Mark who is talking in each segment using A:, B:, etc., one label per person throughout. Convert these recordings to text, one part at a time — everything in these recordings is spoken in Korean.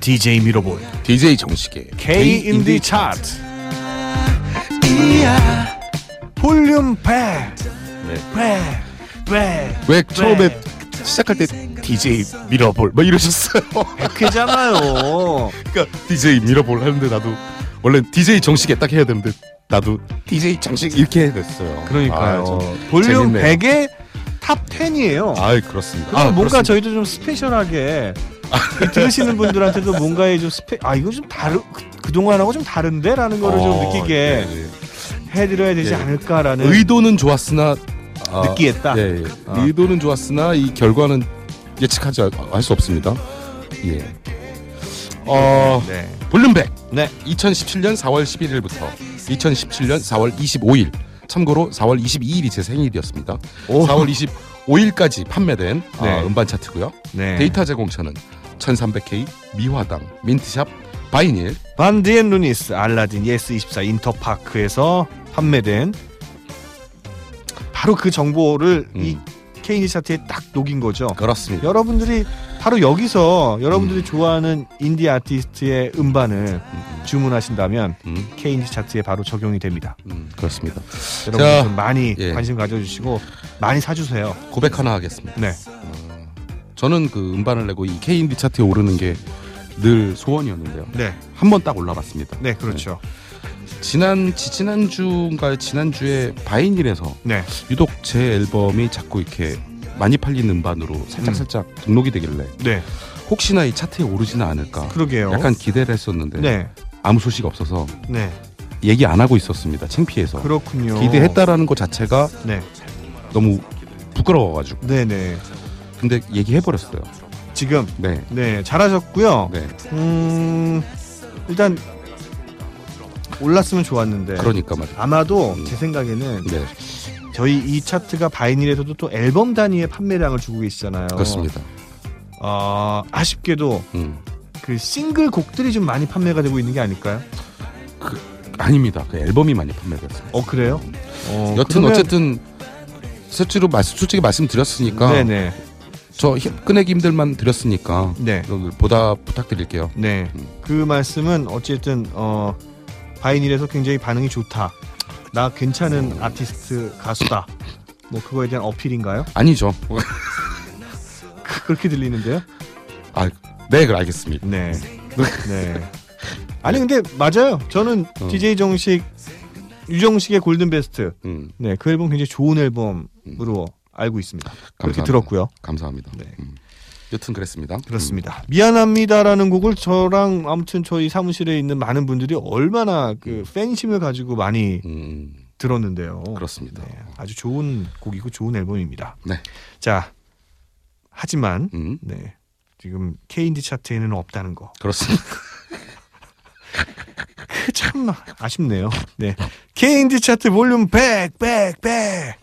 A: DJ 미러볼
B: DJ 정식의
A: K 인디 차트
C: 이야
A: 볼륨 100
B: 네.
A: 100 100
B: 왜 처음에
A: 네.
B: 시작할 때 DJ 밀어볼 뭐 이러셨어요?
A: 백회잖아요
B: 그러니까 DJ 밀어볼 하는데 나도 원래 DJ 정식에 딱 해야 되는데 나도 DJ 정식 이렇게 됐어요.
A: 그러니까요
B: 아, 참
A: 볼륨
B: 재밌네요.
A: 100의 탑 10이에요
B: 아이 그렇습니다.
A: 그래서 뭔가
B: 그렇습니다.
A: 저희도 좀 스페셜하게 이 들으시는 분들한테도 뭔가의 좀 스페 아 이거 좀 다르 그 동안하고 좀 다른데라는 거를 좀
B: 어,
A: 느끼게
B: 네, 네.
A: 해드려야 되지
B: 예.
A: 않을까라는
B: 의도는 좋았으나 아,
A: 느끼했다.
B: 예, 예.
A: 아.
B: 의도는 좋았으나 이 결과는 예측하지 할 수 없습니다. 예. 어
A: 네.
B: 볼륨백.
A: 네.
B: 2017년 4월 11일부터 2017년 4월 25일. 참고로 4월 22일이 제 생일이었습니다.
A: 오.
B: 4월 25일까지 판매된 아,
A: 네.
B: 음반 차트고요.
A: 네.
B: 데이터 제공처는 1300K, 미화당, 민트샵, 바이닐.
A: 반디앤 루니스, 알라딘, 예스24, 인터파크에서 판매된 바로 그 정보를 이
B: 음. 그러니까.
A: 케이니 차트에 딱 녹인 거죠.
B: 그렇습니다.
A: 여러분들이 바로 여기서 여러분들이
B: 음.
A: 좋아하는 인디 아티스트의 음반을 주문하신다면
B: 음,
A: 케이니 차트에 바로 적용이 됩니다.
B: 음, 그렇습니다.
A: 여러분 좀 많이
B: 예.
A: 관심 가져주시고 많이 사주세요.
B: 고백 하나 하겠습니다.
A: 네.
B: 저는 그 음반을 내고 이 K인디 차트에 오르는 게 늘 소원이었는데요.
A: 네,
B: 한 번 딱 올라봤습니다.
A: 네, 그렇죠.
B: 지난 지난 주인가 지난 주에 바이닐에서
A: 네,
B: 유독 제 앨범이 자꾸 이렇게 많이 팔리는 음반으로
A: 음.
B: 살짝 살짝 등록이 되길래
A: 네,
B: 혹시나 이 차트에 오르지는 않을까
A: 그러게요.
B: 약간 기대를 했었는데
A: 네,
B: 아무 소식 없어서
A: 네,
B: 얘기 안 하고 있었습니다. 창피해서
A: 그렇군요.
B: 기대했다라는 것 자체가
A: 네,
B: 너무 부끄러워가지고
A: 네, 네.
B: 근데 얘기해 버렸어요.
A: 지금
B: 네,
A: 네 잘하셨고요.
B: 네,
A: 음 일단 올랐으면 좋았는데
B: 그러니까 말이에요.
A: 아마도 제 생각에는
B: 네,
A: 저희 이 차트가 바이닐에서도 또 앨범 단위의 판매량을 주고 계시잖아요.
B: 그렇습니다.
A: 아, 아쉽게도
B: 음,
A: 그 싱글 곡들이 좀 많이 판매가 되고 있는 게 아닐까요?
B: 아닙니다. 그 앨범이 많이 판매됐어요.
A: 어 그래요? 어,
B: 여튼
A: 그러면-
B: 어쨌든 실제로 말씀 솔직히 말씀드렸으니까
A: 네네
B: 저 힘- 끊내기 힘들만 드렸으니까
A: 네.
B: 여러분들 보다 부탁드릴게요.
A: 네.
B: 음.
A: 그 말씀은 어쨌든 어 바이닐에서 굉장히 반응이 좋다. 나 괜찮은
B: 음.
A: 아티스트 가수다. 뭐 그거에 대한 어필인가요?
B: 아니죠.
A: 그- 그렇게 들리는데요.
B: 아, 네, 그 알겠습니다.
A: 네. 네. 아니 근데 맞아요. 저는
B: 어.
A: DJ 정식 유정식의 골든 베스트.
B: 음,
A: 네, 그 앨범 굉장히 좋은 앨범으로 알고 있습니다. 그렇게
B: 감사합니다.
A: 들었고요.
B: 감사합니다.
A: 네.
B: 음. 여튼 그랬습니다.
A: 그렇습니다. 음. 미안합니다라는 곡을 저랑 아무튼 저희 사무실에 있는 많은 분들이 얼마나 그 팬심을 가지고 많이
B: 음, 음,
A: 들었는데요.
B: 그렇습니다.
A: 네, 아주 좋은 곡이고 좋은 앨범입니다.
B: 네.
A: 자, 하지만
B: 음,
A: 네. 지금 K인디 차트에는 없다는 거.
B: 그렇습니다.
A: 그 참 아쉽네요. 네.
B: 어.
A: K인디 차트 볼륨 100, 100, 100.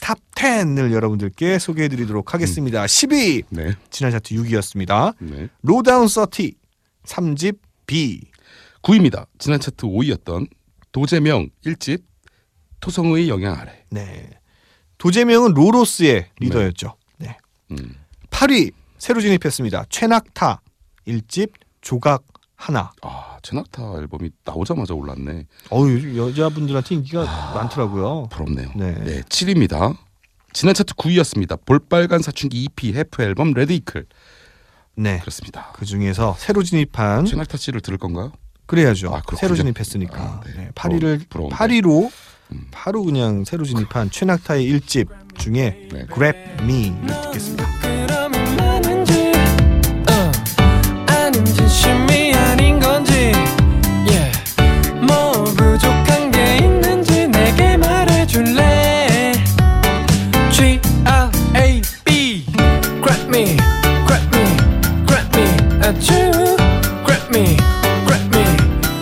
A: 탑 10을 여러분들께 소개해
B: 음.
A: 드리도록 하겠습니다. 10위.
B: 네,
A: 지난 차트 6위였습니다.
B: 네.
A: 로다운 30. 3집 B.
B: 9위입니다. 지난 차트 5위였던 도재명 1집 토성의 영향 아래.
A: 네. 도재명은 로로스의 리더였죠. 네.
B: 음.
A: 8위 새로 진입했습니다. 최낙타 1집 조각 하나.
B: 아, 최낙타 앨범이 나오자마자 올랐네.
A: 어우 요즘 여자분들한테 인기가 많더라고요.
B: 부럽네요.
A: 네.
B: 아. 네. 7위입니다. 지난 차트 9위였습니다. 볼빨간 사춘기 EP 해프 앨범 레드이클.
A: 네.
B: 그렇습니다.
A: 그 중에서 새로 진입한
B: 최낙타 씨를 들을 건가요?
A: 그래야죠.
B: 아, 그렇군요.
A: 새로 진입했으니까.
B: 아,
A: 네.
B: 네. 부러운-
A: 8위를
B: 부러운데. 음.
A: 8위로 바로 그냥 새로 진입한 최낙타의 1집 중에
B: 네.
A: Grab Me를 듣겠습니다.
C: 그러면 맞는지 어, 아닌지 심이 아닌 건지 yeah. 뭐 부족한 게 있는지 내게 말해줄래 G R A B Grab me Grab me Grab me at you Grab me Grab me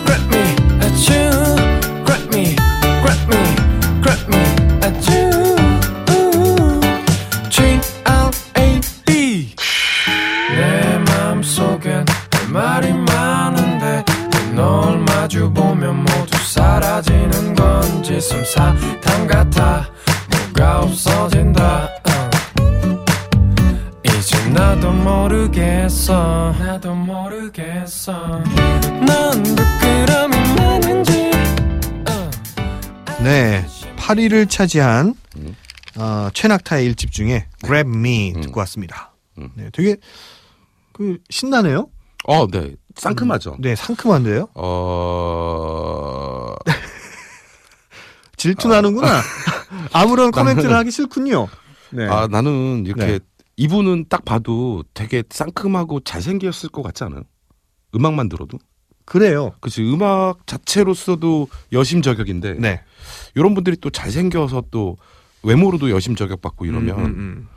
C: Grab me at you Grab me Grab me Grab me at you G L A B 내 마음속엔 내 말이 많은데 어. 나도 모르겠어 나도 모르겠어 넌그 부끄러움이 많은지 어.
A: 네, 8위를 차지한
B: 음.
A: 어, 최낙타의 일집 중에 Grab Me 듣고 왔습니다.
B: 네. 음.
A: 네, 되게 그 신나네요.
B: 어, 네. 상큼하죠.
A: 네, 상큼한데요.
B: 어.
A: 질투나는구나. 아무런 코멘트를 하기 싫군요. 네.
B: 아, 나는 이렇게
A: 네.
B: 이분은 딱 봐도 되게 상큼하고 잘생겼을 것 같지 않아요? 음악만 들어도?
A: 그래요.
B: 그치 음악 자체로서도 여심 저격인데
A: 네.
B: 이런 분들이 또 잘생겨서 또 외모로도 여심 저격받고 이러면
A: 음, 음,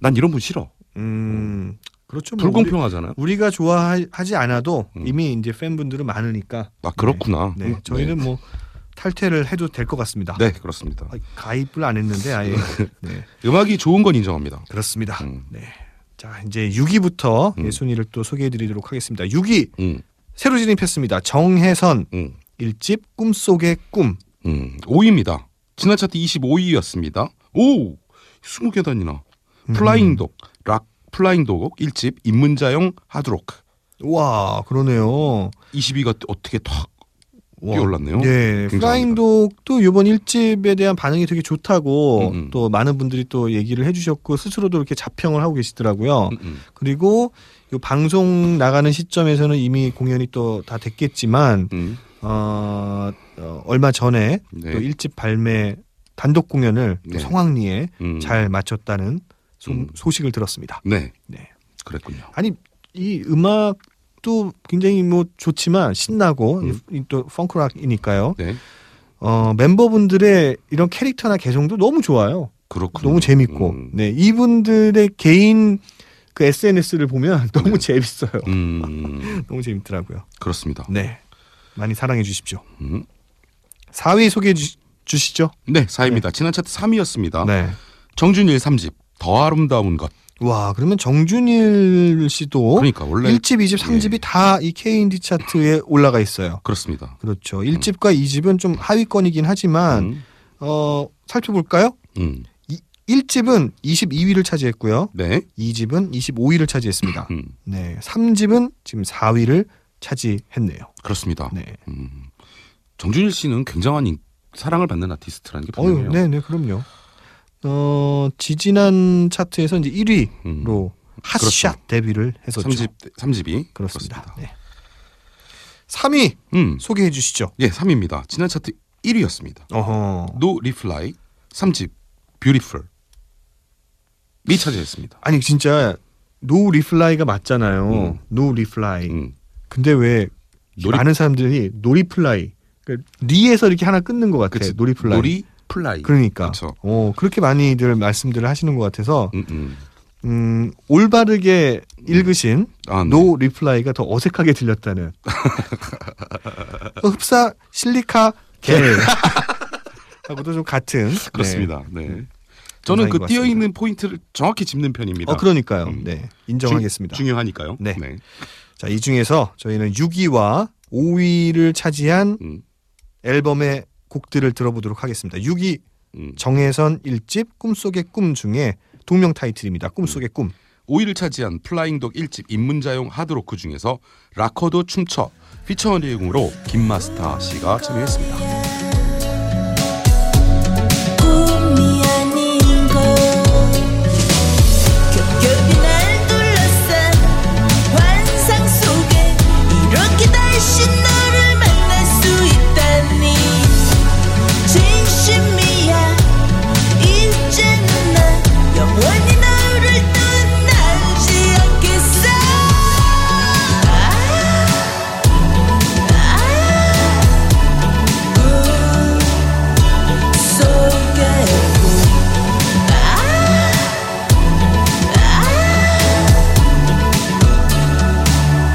B: 난 이런 분 싫어.
A: 음. 음, 그렇죠. 뭐
B: 불공평하잖아요.
A: 우리, 가 좋아하지 않아도
B: 음.
A: 이미 이제 팬분들은 많으니까.
B: 아 그렇구나.
A: 네,
B: 음,
A: 저희는 뭐 탈퇴를 해도 될 것 같습니다.
B: 네. 네, 그렇습니다.
A: 아, 가입을 안 했는데 아예. 네,
B: 음악이 좋은 건 인정합니다.
A: 그렇습니다.
B: 음.
A: 네. 자 이제 6위부터
B: 음.
A: 예, 순위를 또 소개해드리도록 하겠습니다. 6위
B: 음,
A: 새로 진입했습니다. 정혜선
B: 음,
A: 일집 꿈속의 꿈.
B: 음. 5위입니다. 지난 차트 25위였습니다. 오, 20개 단이나.
A: 음.
B: 플라잉 독, 락 플라잉 독 1집 인문자용 하드로크. 음.
A: 와 그러네요.
B: 22가 어떻게 탁
A: 와.
B: 뛰어올랐네요.
A: 네,
B: 굉장합니다.
A: 플라잉독도 이번 1집에 대한 반응이 되게 좋다고
B: 음, 음.
A: 또 많은 분들이 또 얘기를 해주셨고 스스로도 이렇게 자평을 하고 계시더라고요.
B: 음, 음.
A: 그리고 이 방송 나가는 시점에서는 이미 공연이 또 다 됐겠지만
B: 음.
A: 어, 어, 얼마 전에
B: 네.
A: 또 1집 발매 단독 공연을 또
B: 네.
A: 성황리에
B: 음.
A: 잘 마쳤다는 소,
B: 음.
A: 식을 들었습니다.
B: 네.
A: 네.
B: 그랬군요.
A: 아니 이 음악도 굉장히 뭐 좋지만 신나고
B: 음.
A: 이- 또 펑크락이니까요.
B: 네.
A: 어, 멤버분들의 이런 캐릭터나 개성도 너무 좋아요.
B: 그렇군요.
A: 너무 재밌고.
B: 음.
A: 네, 이분들의 개인 그 SNS를 보면 너무
B: 네.
A: 재밌어요.
B: 음.
A: 너무 재밌더라고요.
B: 그렇습니다.
A: 네. 많이 사랑해 주십시오.
B: 음.
A: 4위 소개해 주, 시죠
B: 네, 4위입니다. 지난 차트 3위였습니다.
A: 네. 어?
B: 정준일 3집 더 아름다운 것.
A: 와, 그러면 정준일 씨도
B: 그러니까 원래 예.
A: 1집, 2집, 3집이 다 이 K&D 차트에 올라가 있어요.
B: 그렇습니다.
A: 그렇죠. 1집과 2집은 좀 하위권이긴 하지만
B: 음.
A: 어, 살펴볼까요?
B: 음.
A: 1집은 22위를 차지했고요.
B: 네.
A: 2집은 25위를 차지했습니다.
B: 음.
A: 네, 3집은 지금 4위를 차지했네요.
B: 그렇습니다.
A: 네.
B: 음. 정준일 씨는 굉장한 인- 사랑을 받는 아티스트라는 게
A: 어유,
B: 분명해요.
A: 네, 네, 그럼요. 어, 지지난 차트에서 이제 1위로
B: 음.
A: 핫샷 데뷔를 했었죠.
B: 3집 3집이
A: 그렇습니다. 네. 3위
B: 음.
A: 소개해 주시죠.
B: 예, 3위입니다. 지난 차트 1위였습니다.
A: 어허.
B: 노 리플라이 3집 뷰티풀 미 차지했습니다.
A: 아니 진짜 노 리플라이가 맞잖아요.
B: 음.
A: 노 리플라이.
B: 음.
A: 근데 왜
B: 노리-
A: 많은 사람들이 노 리플라이 그러니까 리에서 이렇게 하나 끊는 것 같아.
B: 그치.
A: 노 리플라이.
B: 플라이.
A: 그러니까.
B: 그쵸.
A: 어, 그렇게 많이들 말씀들을 하시는 것 같아서
B: 음, 음.
A: 음, 올바르게 읽으신
B: 아, 네.
A: 노 리플라이가 더 어색하게 들렸다는 어, 흡사 실리카 겔 하고도 좀 같은
B: 그렇습니다. 네.
A: 음.
B: 저는 그
A: 감사인 것
B: 띄어 있는 포인트를 정확히 짚는 편입니다.
A: 어 그러니까요.
B: 음.
A: 네 인정하겠습니다.
B: 중, 요하니까요
A: 네. 자 이 중에서 저희는 6위와 5위를 차지한
B: 음.
A: 앨범의 곡들을 들어보도록 하겠습니다. 6위
B: 음.
A: 정혜선 1집 꿈속의 꿈 중에 동명 타이틀입니다. 꿈속의
B: 음.
A: 꿈.
B: 5위를 차지한 플라잉독 1집 입문자용 하드로크 중에서 라커도 춤춰 피처 내용으로 김마스타 씨가
D: 아,
B: 참여했습니다.
D: 꿈이 아닌 걸 겹겹이 날 둘러싼 환상 속에 이렇게 다시 너를 만날 수 있다니 진심이야 이제는 난 영원히 너를 떠나지 않겠어 아, 아. 꿈이 Ah.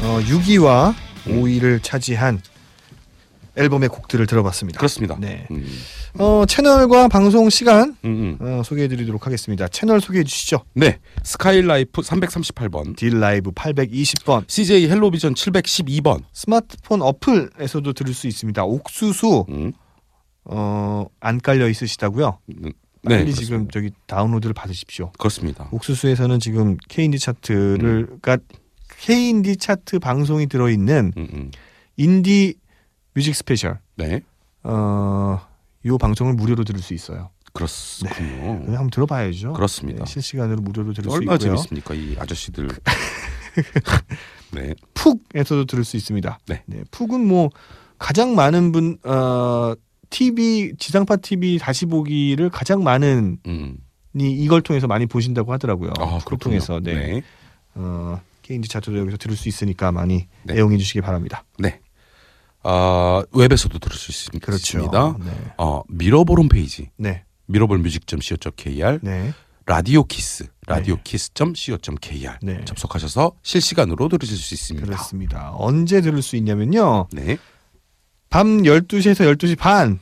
A: 6위와 5위를 어, 차지한 앨범의 곡들을 들어봤습니다.
B: 그렇습니다.
A: 네.
B: 음,
A: 어, 채널과 방송 시간
B: 음, 음.
A: 어, 소개해드리도록 하겠습니다. 채널 소개해 주시죠.
B: 네. 스카이라이프 338번,
A: 딜라이브 820번
B: CJ 헬로비전 712번.
A: 스마트폰 어플에서도 들을 수 있습니다. 옥수수
B: 음.
A: 어, 안 깔려 있으시다고요?
B: 네.
A: 빨리
B: 그렇습니다.
A: 지금 저기 다운로드를 받으십시오.
B: 그렇습니다.
A: 옥수수에서는 지금 K인디 차트를 그러니까 K인디 차트 방송이 들어있는
B: 음, 음.
A: 인디 뮤직 스페셜
B: 네.
A: 어, 이 방송을 무료로 들을 수 있어요.
B: 그렇군요.
A: 그냥 한번 들어봐야죠.
B: 그렇습니다.
A: 네, 실시간으로 무료로 들을 수
B: 네. 얼마나
A: 있고요.
B: 재밌습니까 이 아저씨들. 네.
A: 푹에서도 들을 수 있습니다.
B: 네.
A: 푹은 뭐 가장 많은 분 어, TV 지상파 TV 다시 보기를 가장 많은
B: 음.
A: 이 이걸 통해서 많이 보신다고 하더라고요.
B: 아,
A: 푹
B: 그렇군요.
A: 통해서 네.
B: 네.
A: 어, 게임즈 차트도 여기서 들을 수 있으니까 많이
B: 네.
A: 애용해 주시기 바랍니다.
B: 네. 아, 웹에서도 들을 수 있습니다.
A: 네.
B: 어, 미러볼 홈페이지
A: 네.
B: 미러볼 뮤직.co.kr
A: 네.
B: 라디오 키스 라디오 키스.co.kr
A: 네.
B: 접속하셔서 실시간으로 들으실 수 있습니다.
A: 그렇습니다. 언제 들을 수 있냐면요.
B: 네.
A: 밤 12시에서 12시 반,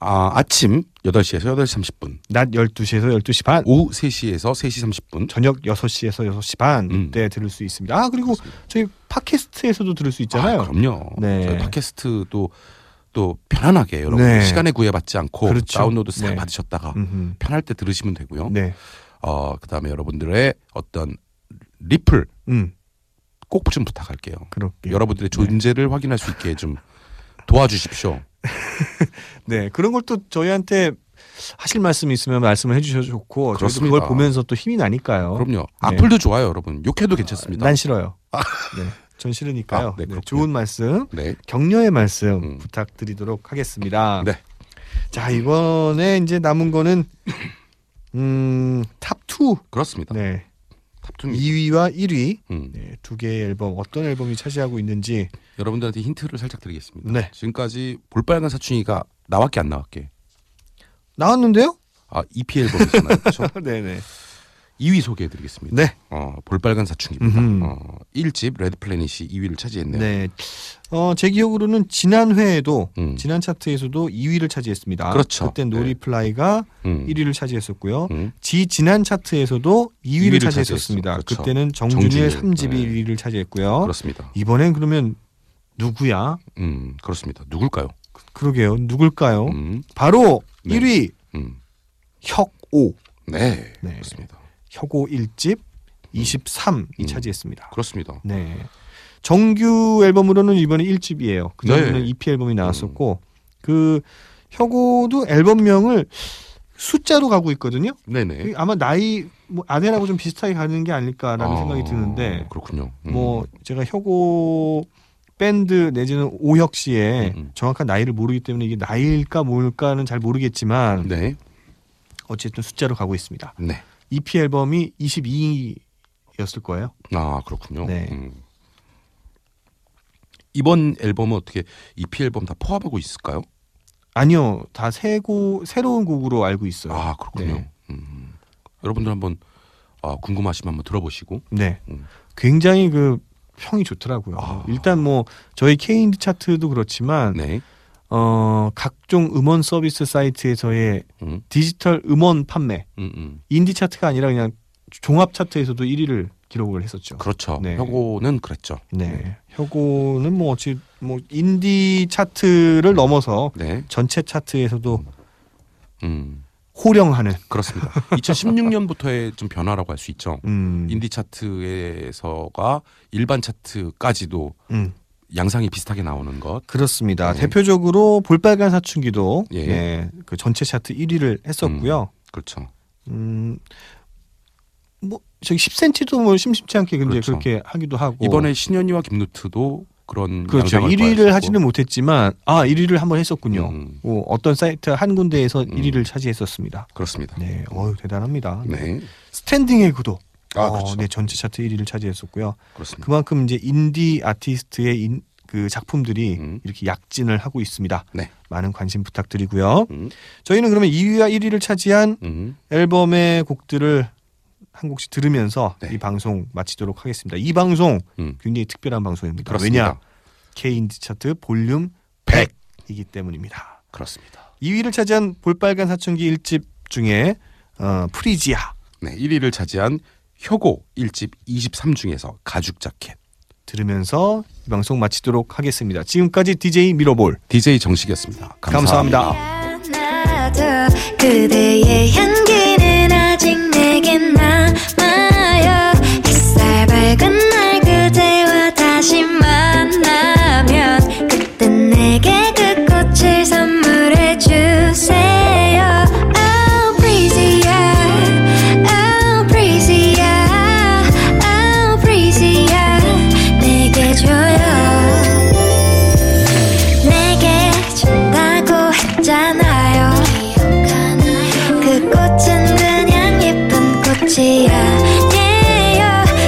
B: 아, 아침 8시에서 8시 30분,
A: 낮 12시에서 12시 반,
B: 오후 3시에서 3시 30분.
A: 저녁 6시에서 6시 반
B: 음.
A: 때 들을 수 있습니다. 아, 그리고 저희 팟캐스트에서도 들을 수 있잖아요.
B: 아, 그럼요.
A: 네.
B: 저희 팟캐스트도 또 편안하게 여러분
A: 네.
B: 시간에 구애받지 않고
A: 그렇죠.
B: 다운로드 싹
A: 네.
B: 받으셨다가
A: 음흠.
B: 편할 때 들으시면 되고요.
A: 네.
B: 어, 그다음에 여러분들의 어떤 리플
A: 음.
B: 꼭 좀 부탁할게요.
A: 그렇게.
B: 여러분들의 존재를 확인할 수 있게 좀 도와주십시오.
A: 어? 네. 그런 걸 또 저희한테 하실 말씀이 있으면 말씀을 해 주셔도 좋고 저희도
B: 그렇습니다.
A: 그걸 보면서 또 힘이 나니까요.
B: 그럼요. 악플도 좋아요, 여러분. 욕해도 괜찮습니다.
A: 네. 난 싫어요. 네. 전 싫으니까요.
B: 아, 네,
A: 네,
B: 그렇군요.
A: 좋은 말씀,
B: 네.
A: 격려의 말씀
B: 음.
A: 부탁드리도록 하겠습니다.
B: 네.
A: 자, 이번에 이제 남은 거는 음, 탑 2.
B: 그렇습니다.
A: 네.
B: 탑투입니다.
A: 2위와 1위.
B: 음.
A: 네, 두 개의 앨범 어떤 앨범이 차지하고 있는지.
B: 여러분들한테 힌트를 살짝 드리겠습니다.
A: 네.
B: 지금까지 볼빨간 사춘이가 나왔게 안 나왔게.
A: 나왔는데요?
B: 아, EP 앨범이잖아요. 그렇죠?
A: 네, 네.
B: 2위 소개해 드리겠습니다.
A: 네.
B: 어, 볼빨간 사춘기입니다.
A: 음흠.
B: 어, 1집 레드 플래닛이 2위를 차지했네요.
A: 네. 어, 제 기억으로는 지난 회에도
B: 음.
A: 지난 차트에서도 2위를 차지했습니다.
B: 그렇죠.
A: 그때 노리플라이가
B: 음.
A: 1위를 차지했었고요.
B: 음.
A: 지 지난 차트에서도 2위를,
B: 2위를
A: 차지했었습니다.
B: 차지했죠. 그렇죠.
A: 그때는 정준일
B: 정준일.
A: 3집이
B: 네.
A: 1위를 차지했고요.
B: 그렇습니다.
A: 이번엔 그러면 누구야?
B: 음, 그렇습니다. 누굴까요?
A: 그러게요. 누굴까요?
B: 음.
A: 바로
B: 네.
A: 1위
B: 음.
A: 혁오
B: 네.
A: 네.
B: 그렇습니다.
A: 혁오 1집 23이
B: 음.
A: 차지했습니다.
B: 그렇습니다.
A: 네. 정규 앨범으로는 이번에 1집이에요. 그전에는
B: 네.
A: EP 앨범이 나왔었고 그 혁오도 앨범명을 숫자로 가고 있거든요.
B: 네, 네.
A: 이게 아마 나이 뭐 아내라고 좀 비슷하게 가는 게 아닐까라는 생각이 드는데
B: 그렇군요. 음.
A: 뭐 제가 혁오 밴드 내지는 오혁 씨의
B: 음, 음.
A: 정확한 나이를 모르기 때문에 이게 나이일까 뭘까는 잘 모르겠지만
B: 네.
A: 어쨌든 숫자로 가고 있습니다.
B: 네.
A: EP 앨범이 22였을 거예요.
B: 아, 그렇군요.
A: 네.
B: 음. 이번 앨범은 어떻게 EP 앨범 다 포함하고 있을까요?
A: 아니요, 다 새고 새로운 곡으로 알고 있어요.
B: 아, 그렇군요.
A: 네.
B: 음. 여러분들 한번 아, 궁금하시면 한번 들어보시고.
A: 네,
B: 음.
A: 굉장히 그 평이 좋더라고요.
B: 아.
A: 일단 뭐 저희 K인디 차트도 그렇지만
B: 네.
A: 어, 각종 음원 서비스 사이트에서의
B: 음.
A: 디지털 음원 판매
B: 음, 음.
A: 인디 차트가 아니라 그냥 종합 차트에서도 1위를 기록을 했었죠.
B: 그렇죠.
A: 네.
B: 혁오는 그랬죠.
A: 네, 혁오는 뭐 어찌 뭐 인디 차트를 넘어서
B: 네.
A: 전체 차트에서도
B: 음.
A: 호령하는
B: 그렇습니다. 2016년부터의 좀 변화라고 할 수 있죠.
A: 음,
B: 인디 차트에서가 일반 차트까지도
A: 음,
B: 양상이 비슷하게 나오는 것.
A: 그렇습니다.
B: 네.
A: 대표적으로 볼빨간 사춘기도
B: 예.
A: 예, 그 전체 차트 1위를 했었고요.
B: 그렇죠.
A: 음, 뭐 저기 10cm도 뭐 심심치 않게 근데 그렇
B: 그렇죠.
A: 게 하기도 하고
B: 이번에 신현이와 김누트도 그런
A: 그렇죠.
B: 양상을
A: 1위를
B: 보여줬고.
A: 하지는 못했지만 아 1위를 한번 했었군요.
B: 음,
A: 뭐 어떤 사이트 한 군데에서
B: 음.
A: 1위를 차지했었습니다.
B: 그렇습니다. 네.
A: 네, 어우 대단합니다. 스탠딩의 구도.
B: 아,
A: 어,
B: 그렇죠. 음.
A: 네, 전체 차트 1위를 차지했었고요.
B: 그렇습니다.
A: 그만큼 이제 인디 아티스트의 인- 그 작품들이
B: 음.
A: 이렇게 약진을 하고 있습니다.
B: 네.
A: 많은 관심 부탁드리고요.
B: 음,
A: 저희는 그러면 2위와 1위를 차지한
B: 음,
A: 앨범의 곡들을 한 곡씩 들으면서
B: 네.
A: 이 방송 마치도록 하겠습니다. 이 방송
B: 음.
A: 굉장히 특별한 방송입니다.
B: 그렇습니다.
A: 왜냐? K인디 차트 볼륨 100이기 때문입니다.
B: 그렇습니다.
A: 2위를 차지한 볼빨간 사춘기 1집 중에 어, 프리지아
B: 네, 1위를 차지한 혁오 1집 23 중에서 가죽 자켓.
A: 들으면서 이 방송 마치도록 하겠습니다. 지금까지 DJ 미러볼
B: DJ 정식이었습니다.
A: 감사합니다.
B: 감사합니다.
E: 나도 그대의 향기는 아직 내겐 남아요 햇살 밝은 날 그대와 다시 만나면 그땐 내게 그 꽃을 선물해 주세요 Oh breezy야 Oh breezy야 Oh breezy야 내게 줘요 내게 준다고 했잖아요. 그 꽃은 그냥 예쁜 꽃이 아니에요.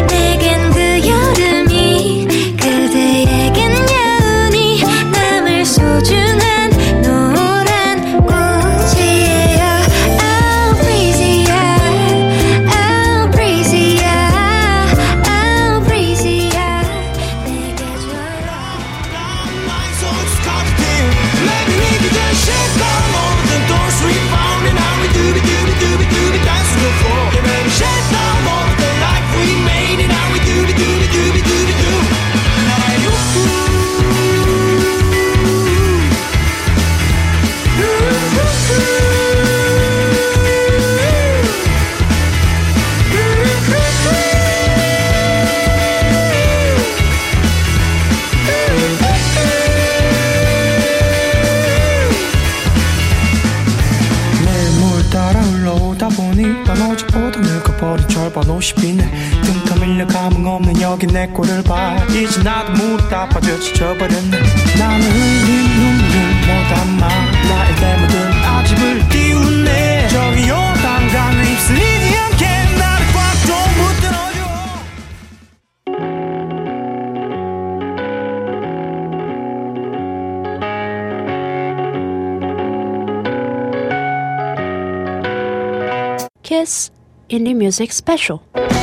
E: 내겐 그 여름이 그대에겐 여운이 남을 소중한 노란 꽃이에요. Oh breezy야, oh breezy야, oh breezy야. 내게 줘요.
F: 매물 따라 흘러오다 보니 난 어제보다 늙어버린 절반 50이네 틈터 밀려 감흥없는 여기 내 꼴을 봐 이제 나도 무릎다 빠져 지쳐버렸네 나는 흘린 눈물 못 담아 나의 내 모든 아집을 띄우네 저기 요단강 휩쓸리지 않게 나를 꽉좀 붙들어줘
G: Kiss Indie Music Special.